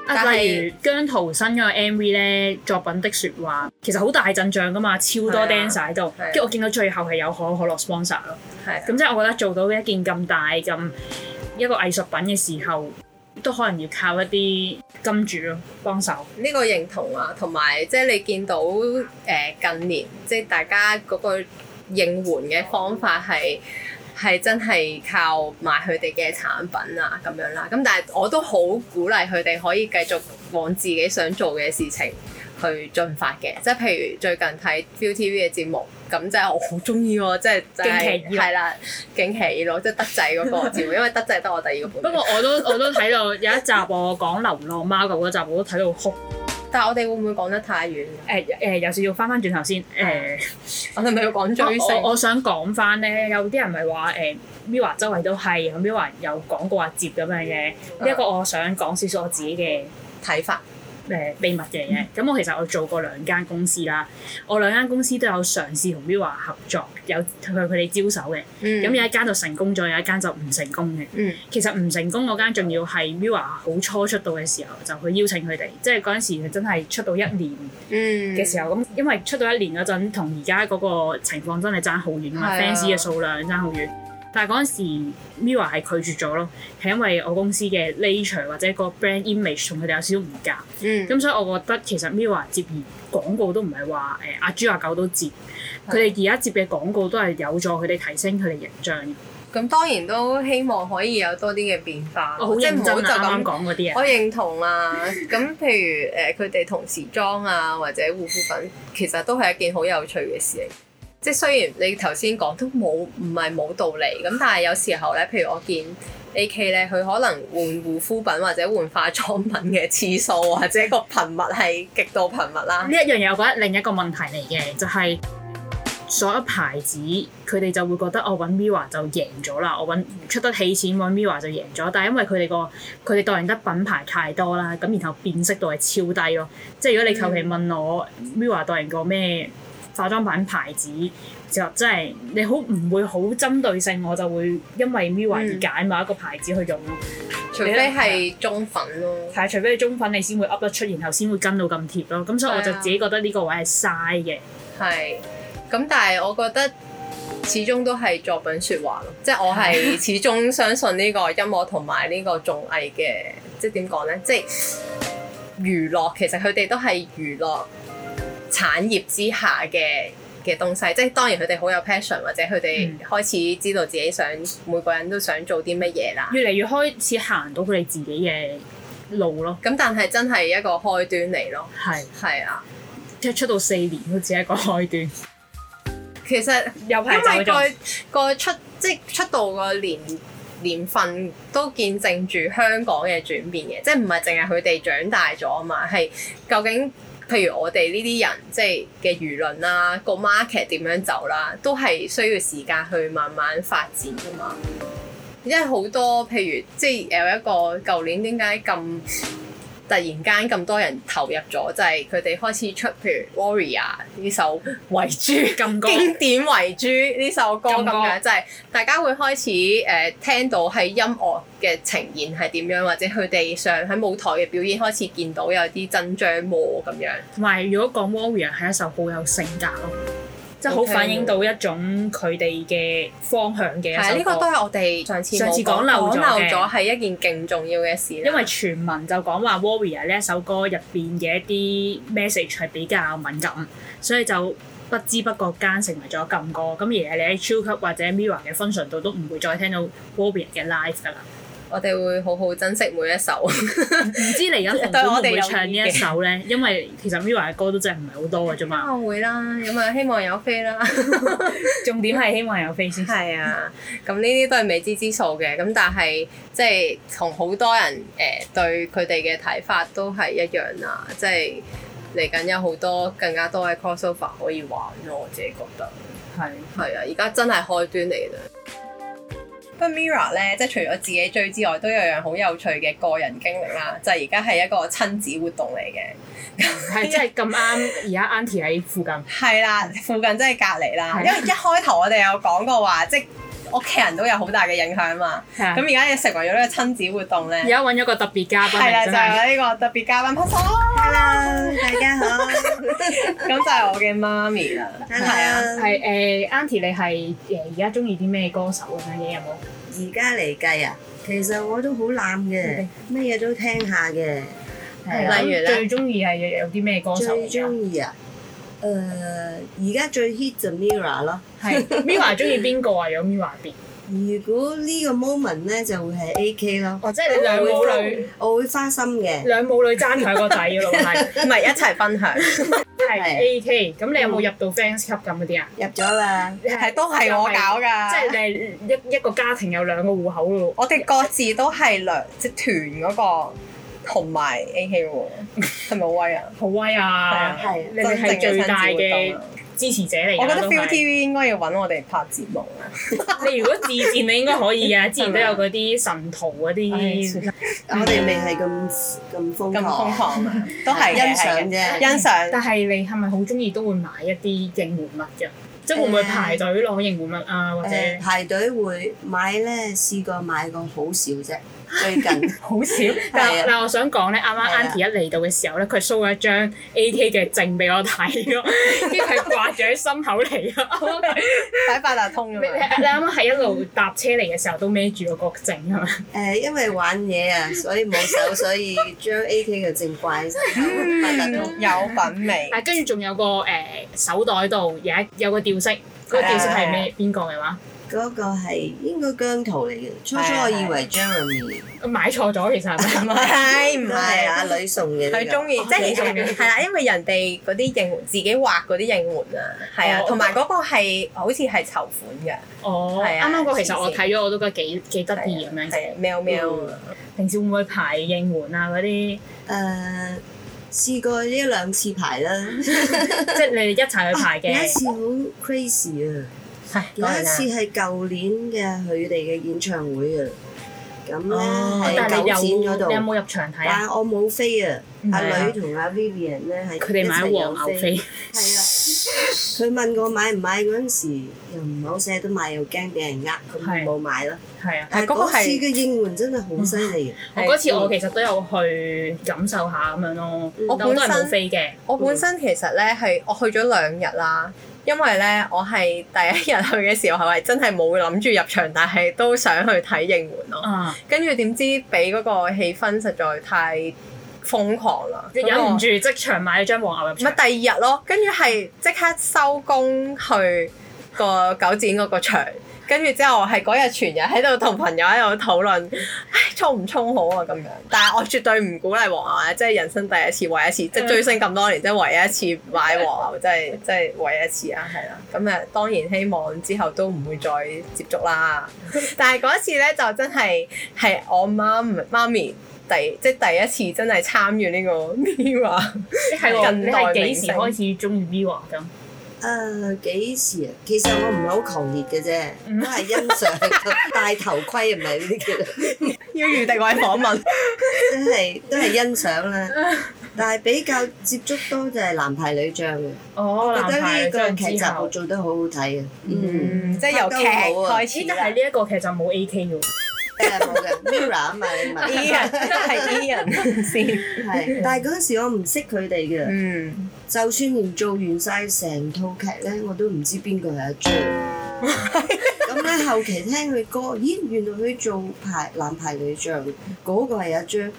啊，
但係
例如姜濤新嗰個 MV 咧，作品的説話其實好大陣仗噶嘛，超多
係啊
dance 喺度，
係啊
跟住我見到最後係有可口可樂 sponsor 咯。
係啊
咁即係我覺得做到一件咁大咁一個藝術品嘅時候，都可能要靠一啲金主咯幫手。
呢個認同啊，同埋即係你見到誒、呃近年即係大家嗰個應援嘅方法係係真係靠賣佢哋嘅產品啊咁樣啦。咁但係我都好鼓勵佢哋可以繼續往自己想做嘅事情去進發嘅。即係譬如最近睇 ViuTV 嘅節目，咁即係我好中意喎，即係就
驚
係
奇二六
係啦，驚奇咯，即係德仔嗰個節目，因為德仔得我第二個
不
本命。
過我都我都睇到有一集我講流浪貓狗嗰集，我都睇到哭。誒、
但係我哋會唔會講得太遠？
誒、有少少翻翻轉頭先誒。
我哋咪要講追星
我我我想講翻咧，有啲人咪話誒 Mira 周圍都係咁，Mira 有講過話接咁樣嘅。呢一個我想講少少我自己嘅
睇法？
誒、秘密嘅嘢。咁我其實我做過兩間公司啦，我兩間公司都有嘗試同 Mira 合作，有向佢哋招手嘅。
嗯
咁、有一間就成功咗，有一間就唔成功嘅。
嗯
其實唔成功嗰間仲要係 Mira 好初出道嘅時候就去邀請佢哋，即係嗰陣時佢真係出道一年
嗯
嘅時候，咁因為出到一年嗰陣，同而家嗰個情況真係爭好遠㗎嘛
係啊
，fans 嘅數量爭好遠。但係嗰陣時，Mirror 係拒絕咗咯，係因為我公司嘅 nature 或者個 brand image 同佢哋有少少唔夾，
嗯
咁所以我覺得其實 Mirror 接而廣告都唔係話誒阿豬阿狗都接，佢哋而家接嘅廣告都係有助佢哋提升佢哋形象嘅。
咁當然都希望可以有多啲嘅變化，
我好
即係
認
唔好
真
就
啊啱啱
咁。
講嗰啲啊，
我認同啊， 咁譬如誒佢哋同時裝啊或者護膚品，其實都係一件好有趣嘅事嚟。即係雖然你頭先講都冇唔係冇道理，咁但係有時候咧，譬如我見 A.K. 咧，佢可能換護膚品或者換化妝品嘅次數或者個頻密係極度頻密啦
呢。一樣嘢，我覺得另一個問題嚟嘅就係、所有牌子佢哋就會覺得我揾 Viva 就贏咗啦，我揾出得起錢揾 Viva 就贏咗，但係因為佢哋個佢哋代言得品牌太多啦，咁然後辨識度係超低咯。即係如果你求其問我 Viva 代言過咩化妝品牌子，就真係你好唔會好針對性，我就會因為 Viva 而
嗯
揀某一個牌子去用咯。
除非係中粉咯。
係，除非你中粉，你先會噏得出，然後先會跟到咁貼咯。咁所以我就
係啊
自己覺得呢個位係嘥嘅。
係，咁但係我覺得始終都係作品説話咯，即係我係始終相信呢個音樂同埋呢個綜藝嘅，即係點講呢？即係娛樂，其實佢哋都係娛樂產業之下嘅。嘅東西，即係當然佢哋好有 passion，或者佢哋
嗯
開始知道自己想每個人都想做啲乜嘢啦。
越嚟越開始行到佢哋自己嘅路咯。
咁但係真係一個開端嚟咯，
係，
係啊。
即係出到四年都只係一個開端，
其實
有
因為
排走咗。
個個出即係出道個年年份都見證住香港嘅轉變嘅，即係唔係淨係佢哋長大咗啊嘛，係究竟譬如我哋呢啲人即係嘅輿論啦，個 market 點樣走啦，都係需要時間去慢慢發展噶嘛。因為好多譬如即係有一個舊年點解咁突然間咁多人投入咗，就係佢哋開始出譬如 Warrior 呢首遺珠。
咁高
經典為主呢首歌咁
咁
樣，
歌
就係大家會開始誒、呃、聽到喺音樂嘅呈現係點樣，或者佢哋上喺舞台嘅表演開始見到有啲真章喎咁樣。
同埋如果講 Warrior 係一首好有性格咯，即係好
OK
反映到一種佢哋嘅方向嘅
係啊
一首
呢個都
歌。
係我哋上次冇
上次講漏咗嘅
講漏咗係一件勁重要嘅事啦。
因為傳聞就講話 Warrior 呢一首歌入邊嘅一啲 message 係比較敏感，所以就不知不覺間成為咗禁歌。咁而係你喺 Chill Club 或者 Mirror 嘅 function 度都唔會再聽到 Warrior 嘅 live 㗎啦。
我哋會好好珍惜每一首。
唔知嚟緊紅館會唔會唱呢一首咧？因為其實 Mirror 嘅歌都真係唔係好多嘅啫嘛。
啊會啦，咁啊希望有飛 啦。
重點啊係希望有飛先。
係啊，咁呢啲都係未知之數嘅，咁但係即係同好多人誒、呃、對佢哋嘅睇法都係一樣啦，即係嚟緊有好多更加多嘅 crossover 可以玩咯，我自己覺得
係。
係啊，而家真係開端嚟啦。不過 Mira 咧，即係除咗自己追之外，都有樣好有趣嘅個人經歷啦，就係而家係一個親子活動嚟嘅。
係真係咁啱，而家 Auntie 喺附近。
係啦，附近即係隔離啦。
係
因為一開頭我哋有講過話，即係屋企人都有好大嘅影響嘛。咁
咁
而家你成為咗呢個親子活動
而
咧，
家揾咗個特別嘉賓
係啦，
啊嚟，
就
真係
有呢個特別嘉賓 p a s Hello，大 家好。咁就係我嘅媽咪啦，係啊。
係誒 Auntie 你係誒而家中意啲咩歌手咁樣嘅有冇？
而家嚟計啊，其實我都好濫嘅，乜嘢都聽下嘅。
嗯
啊
係啊
例如
咁
呢
最中意係有啲咩歌手
最
嚟㗎？
中意啊，誒而家最 hit 就 Mira 咯。
係 Mira 中意邊個啊？有 Mira 邊？
如果呢個 moment 咧，就會係 AK 咯。
哦，即係你兩母女，
我會花心嘅，
兩母女爭佢個仔㗎咯， 係
唔係一齊分享，
係
係
AK。咁你有冇入到 fans club 咁嗰啲啊？
入咗啦。
係都係我搞㗎。
即係你一一個家庭有兩個户口咯。
我哋各自都係兩即係團嗰個同埋 A K 喎，係咪好威啊？
好威啊！
係
係
你哋係最大
真正嘅親子活
嘅
動啊
支持者嚟㗎。
我覺得
都
Feel
係
TV 應該要揾我哋拍節目啊！
你如果自薦，你應該可以嘅。之前都有嗰啲神徒嗰啲，
我哋未係咁咁瘋
咁瘋
狂，
狂啊，都係
欣
嘅
賞
係
啫
嘅欣賞。
但係你係咪好中意都會買一啲應援物㗎？即係會唔會排隊攞應援物啊？或者
誒呃排隊會買咧，試過買過好少啫，最近
好少。
係 啊
但但我想講咧，啱
係啊
啱 Auntie 一嚟到嘅時候咧，佢 show 咗一張 AK 嘅證俾我睇咯，跟住係掛住喺心口嚟咯。
擺八達 通
你
㗎
你
嘛，
你啱啱係一路搭車嚟嘅時候都孭住個國證係嘛？
誒，因為玩嘢啊，所以冇手，所以 將 AK 嘅正怪手發達到。
有品味。
啊，跟住仲有個誒、手袋度有一有個吊飾，嗰、個吊飾係咩邊個嘅話？
嗰個係應該姜濤嚟嘅，初初我以為 Jeremy，
買錯咗其實係
唔
咪？
係唔
都
係
係
啊
阿？女送嘅呢個。
佢中意即
你中意
係係啦，因為人哋嗰啲應援自己畫嗰啲應援啊，係啊
哦，
同埋嗰個係好似係籌款嘅，
哦，
係
啱
啊
啱嗰個其實我睇咗我都覺得幾幾得意咁樣
係啊
嘅。
喵喵啊。
平時會唔會排應援啊嗰啲？
誒試過一兩次排啦，
即係你哋一齊去排
有一
嘅。
次好 crazy 啊！
係
有一次係舊年嘅佢哋嘅演唱會啊，咁
哦，
咧
但
係
係
九
你
展
有
嗰度
你有，冇入場睇啊？
但係我冇飛啊。阿
係啊
女同阿 Vivian 咧係
佢哋買
一齊有
黃牛飛，
係啊， 佢問我買唔買嗰陣時，又唔係好捨得買，又驚俾人呃，
係
咁冇買啦。
係啊，
但係
嗰個
嗰
係
次嘅應援真係好犀利嘅，
我嗰次我其實都有去感受下咁樣咯，
嗯
但我都係
本身
冇飛嘅。
我本身其實咧係我去咗兩日啦，因為咧我係第一日去嘅時候係真係冇諗住入場，但係都想去睇應援咯。
啊，
跟住點知俾嗰個氣氛實在太瘋狂啦，
忍
嗰個
唔住即場買咗張黃牛入場
咪。第二日咯，跟住係即刻收工去個九展嗰個場，跟住之後係嗰日全日喺度同朋友喺度討論，唉，衝唔衝好啊咁樣。但係我絕對唔鼓勵黃牛啊，即係人生第一次，唯一一次，即係追星咁多年，即係唯一一次買黃牛，即係即係唯一一次啊，係啦。咁誒，當然希望之後都唔會再接觸啦。但係嗰一次咧，就真係係我媽咪媽咪。第即係第一次真係參與呢個 MIRROR
你係喎，
近
你
代
係幾
明
時
星
開始中意 V 王咁？嗯
誒幾時啊？其實我唔係好狂熱嘅啫，都係欣賞戴頭盔係咪呢啲 叫？
要預定位訪問，
真係都係欣賞啦。但係比較接觸多就係男排女將嘅，
哦，
覺得
男排
呢個劇集
之後
我。做得好好睇嘅。嗯，
即係由劇開
咦
始，啊
但係呢一個劇就冇 A K 喎，
誒冇嘅 Mira 啊嘛，你問
E 人都係 E 人先，
係，但係嗰陣時我唔識佢哋嘅。
嗯，
就算連做完晒成套劇咧，我都唔知邊個係阿 J。咁咧後期聽佢歌，咦原來佢做排男排女將，嗰、個係阿 J。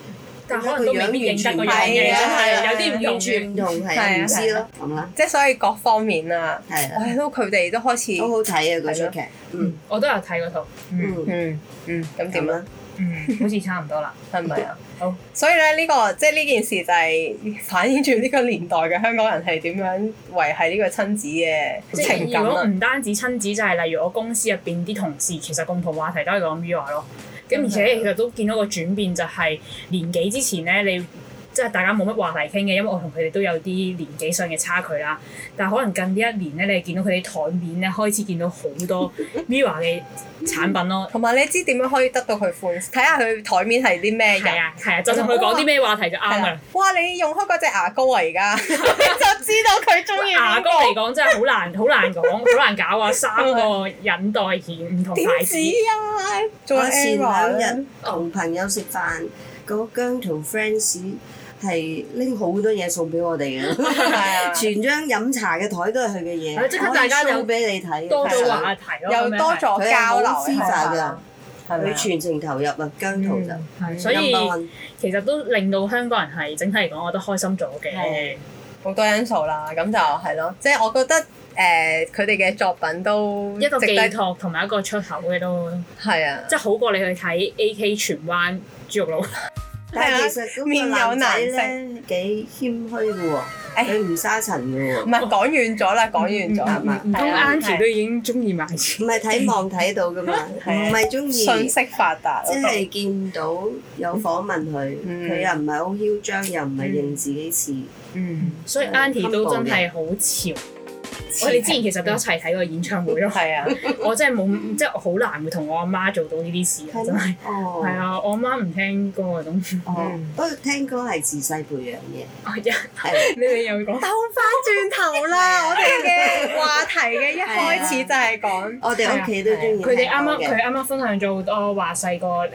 但可能都未必認得個樣
係
嘅，
啊
真
係
係
啊
有啲唔同
完全
嘅。
唔同係
係
啊
啊
唔知咯，咁啦，
即係所以各方面啊，
係
我
啊，
睇到佢哋都開始
好，好睇啊嗰出劇，嗯
我都有睇嗰套，
嗯，
嗯嗯，咁
咁
點啊？
啦，
嗯，好似差唔多啦。
係咪啊？
好，
所以咧呢個即係呢件事就係反映住呢個年代嘅香港人係點樣維係呢個親子嘅
即
情
係
感
如果
啊！
唔單止親子，就係例如我公司入邊啲同事，其實共同話題都係講 VR 咯。咁而
嗯啊
且其實都見到個轉變，就係年幾之前咧，你即係大家冇乜話題傾嘅，因為我同佢哋都有啲年紀上嘅差距啦。但係可能近呢一年咧，你見到佢哋台面咧開始見到好 多 VR 嘅產品咯。
同埋你知點樣可以得到佢歡，睇下佢台面係啲咩
係
人。
啊，係啊，就同佢講啲咩話題就啱啊
係啊
啦
啦。，哇！你用開嗰隻牙膏啊，而家你就知道佢中意
牙
邊個
膏嚟講真係好難，好難講，好難搞啊！三 個引代顯唔同牌
點
子
止，啊？做
我
error
前兩
咧
日同朋友食飯，嗰姜同 Friends 係拎好多嘢送俾我哋 嘅。
係啊
全張飲茶嘅台都係佢嘅
係
啊
嘢，
即刻大家
可以 show
有
俾你睇，
多咗
係
話
啊
題咯，
又
咁樣
多
係
咗交流
佢係好
係
私
嘛
法
係咪
佢
啊嗯
全程投入啊，姜濤就
嗯係所以其實都令到香港人係整體嚟講，我覺得開心咗嘅
係。
好多因素啦，咁就係咯，即係我覺得誒佢哋嘅作品都
一個
值
寄
得
託同埋一個出口嘅都，
係啊，
即係好過你去睇 A.K. 荃灣豬 肉佬。
但
係啊
係其實
面
嗰
有
個男仔
難
咧幾謙虛嘅喎，
哎
佢唔沙塵嘅喎
唔，係講遠咗啦，講遠咗係
嗯
嘛，
唔通
係啊
Angie 都已經中意買
唔係睇望睇到嘅嘛，
係啊
唔係中意，
信息發達
即
嗰度，
係見到有訪問佢，
嗯
佢又唔係好囂張，又唔係認自己似，
嗯，
所以
嗯
Angie 都真
humble
係
嘅
好潮。我哋之前其實都一齊睇過演唱會咯。
係啊，
我真係冇，即係我好難會同我阿媽做到呢啲事啊！真係
咩，哦
係，啊，我阿媽唔聽歌啊，咁
哦
嗯，
不過聽歌係自細培養嘅，
哎呀
係
你哋又講
兜翻轉頭啦，我哋嘅話題嘅 一
啊
開始就係啊講
我哋屋企都中意聽歌
佢哋啱啱
嘅
佢啱啱分享咗好多話細個誒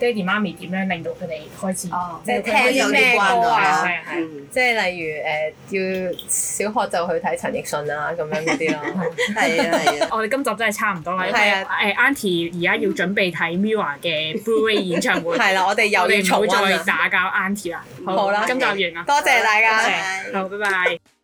爹哋媽咪點樣令到佢哋開始
哦
即係聽
都有
啲咩
啲
歌
關係
啊
係啊
啊，
係啊
嗯
即係例如誒、呃要小學就去睇陳奕迅啦，咁樣嗰啲咯。
係啊係
哦
啊，
我哋今集真係差唔多啦，因為
係
誒
啊
Auntie 而家要準備睇 Mira 嘅 Blu-ray 演唱會，
係啦，我哋
我
又
哋
要
唔好
重温
再啊
啦。
打攪 Auntie 啦。
好啦
今集完啦，
多謝大家。
好，拜拜。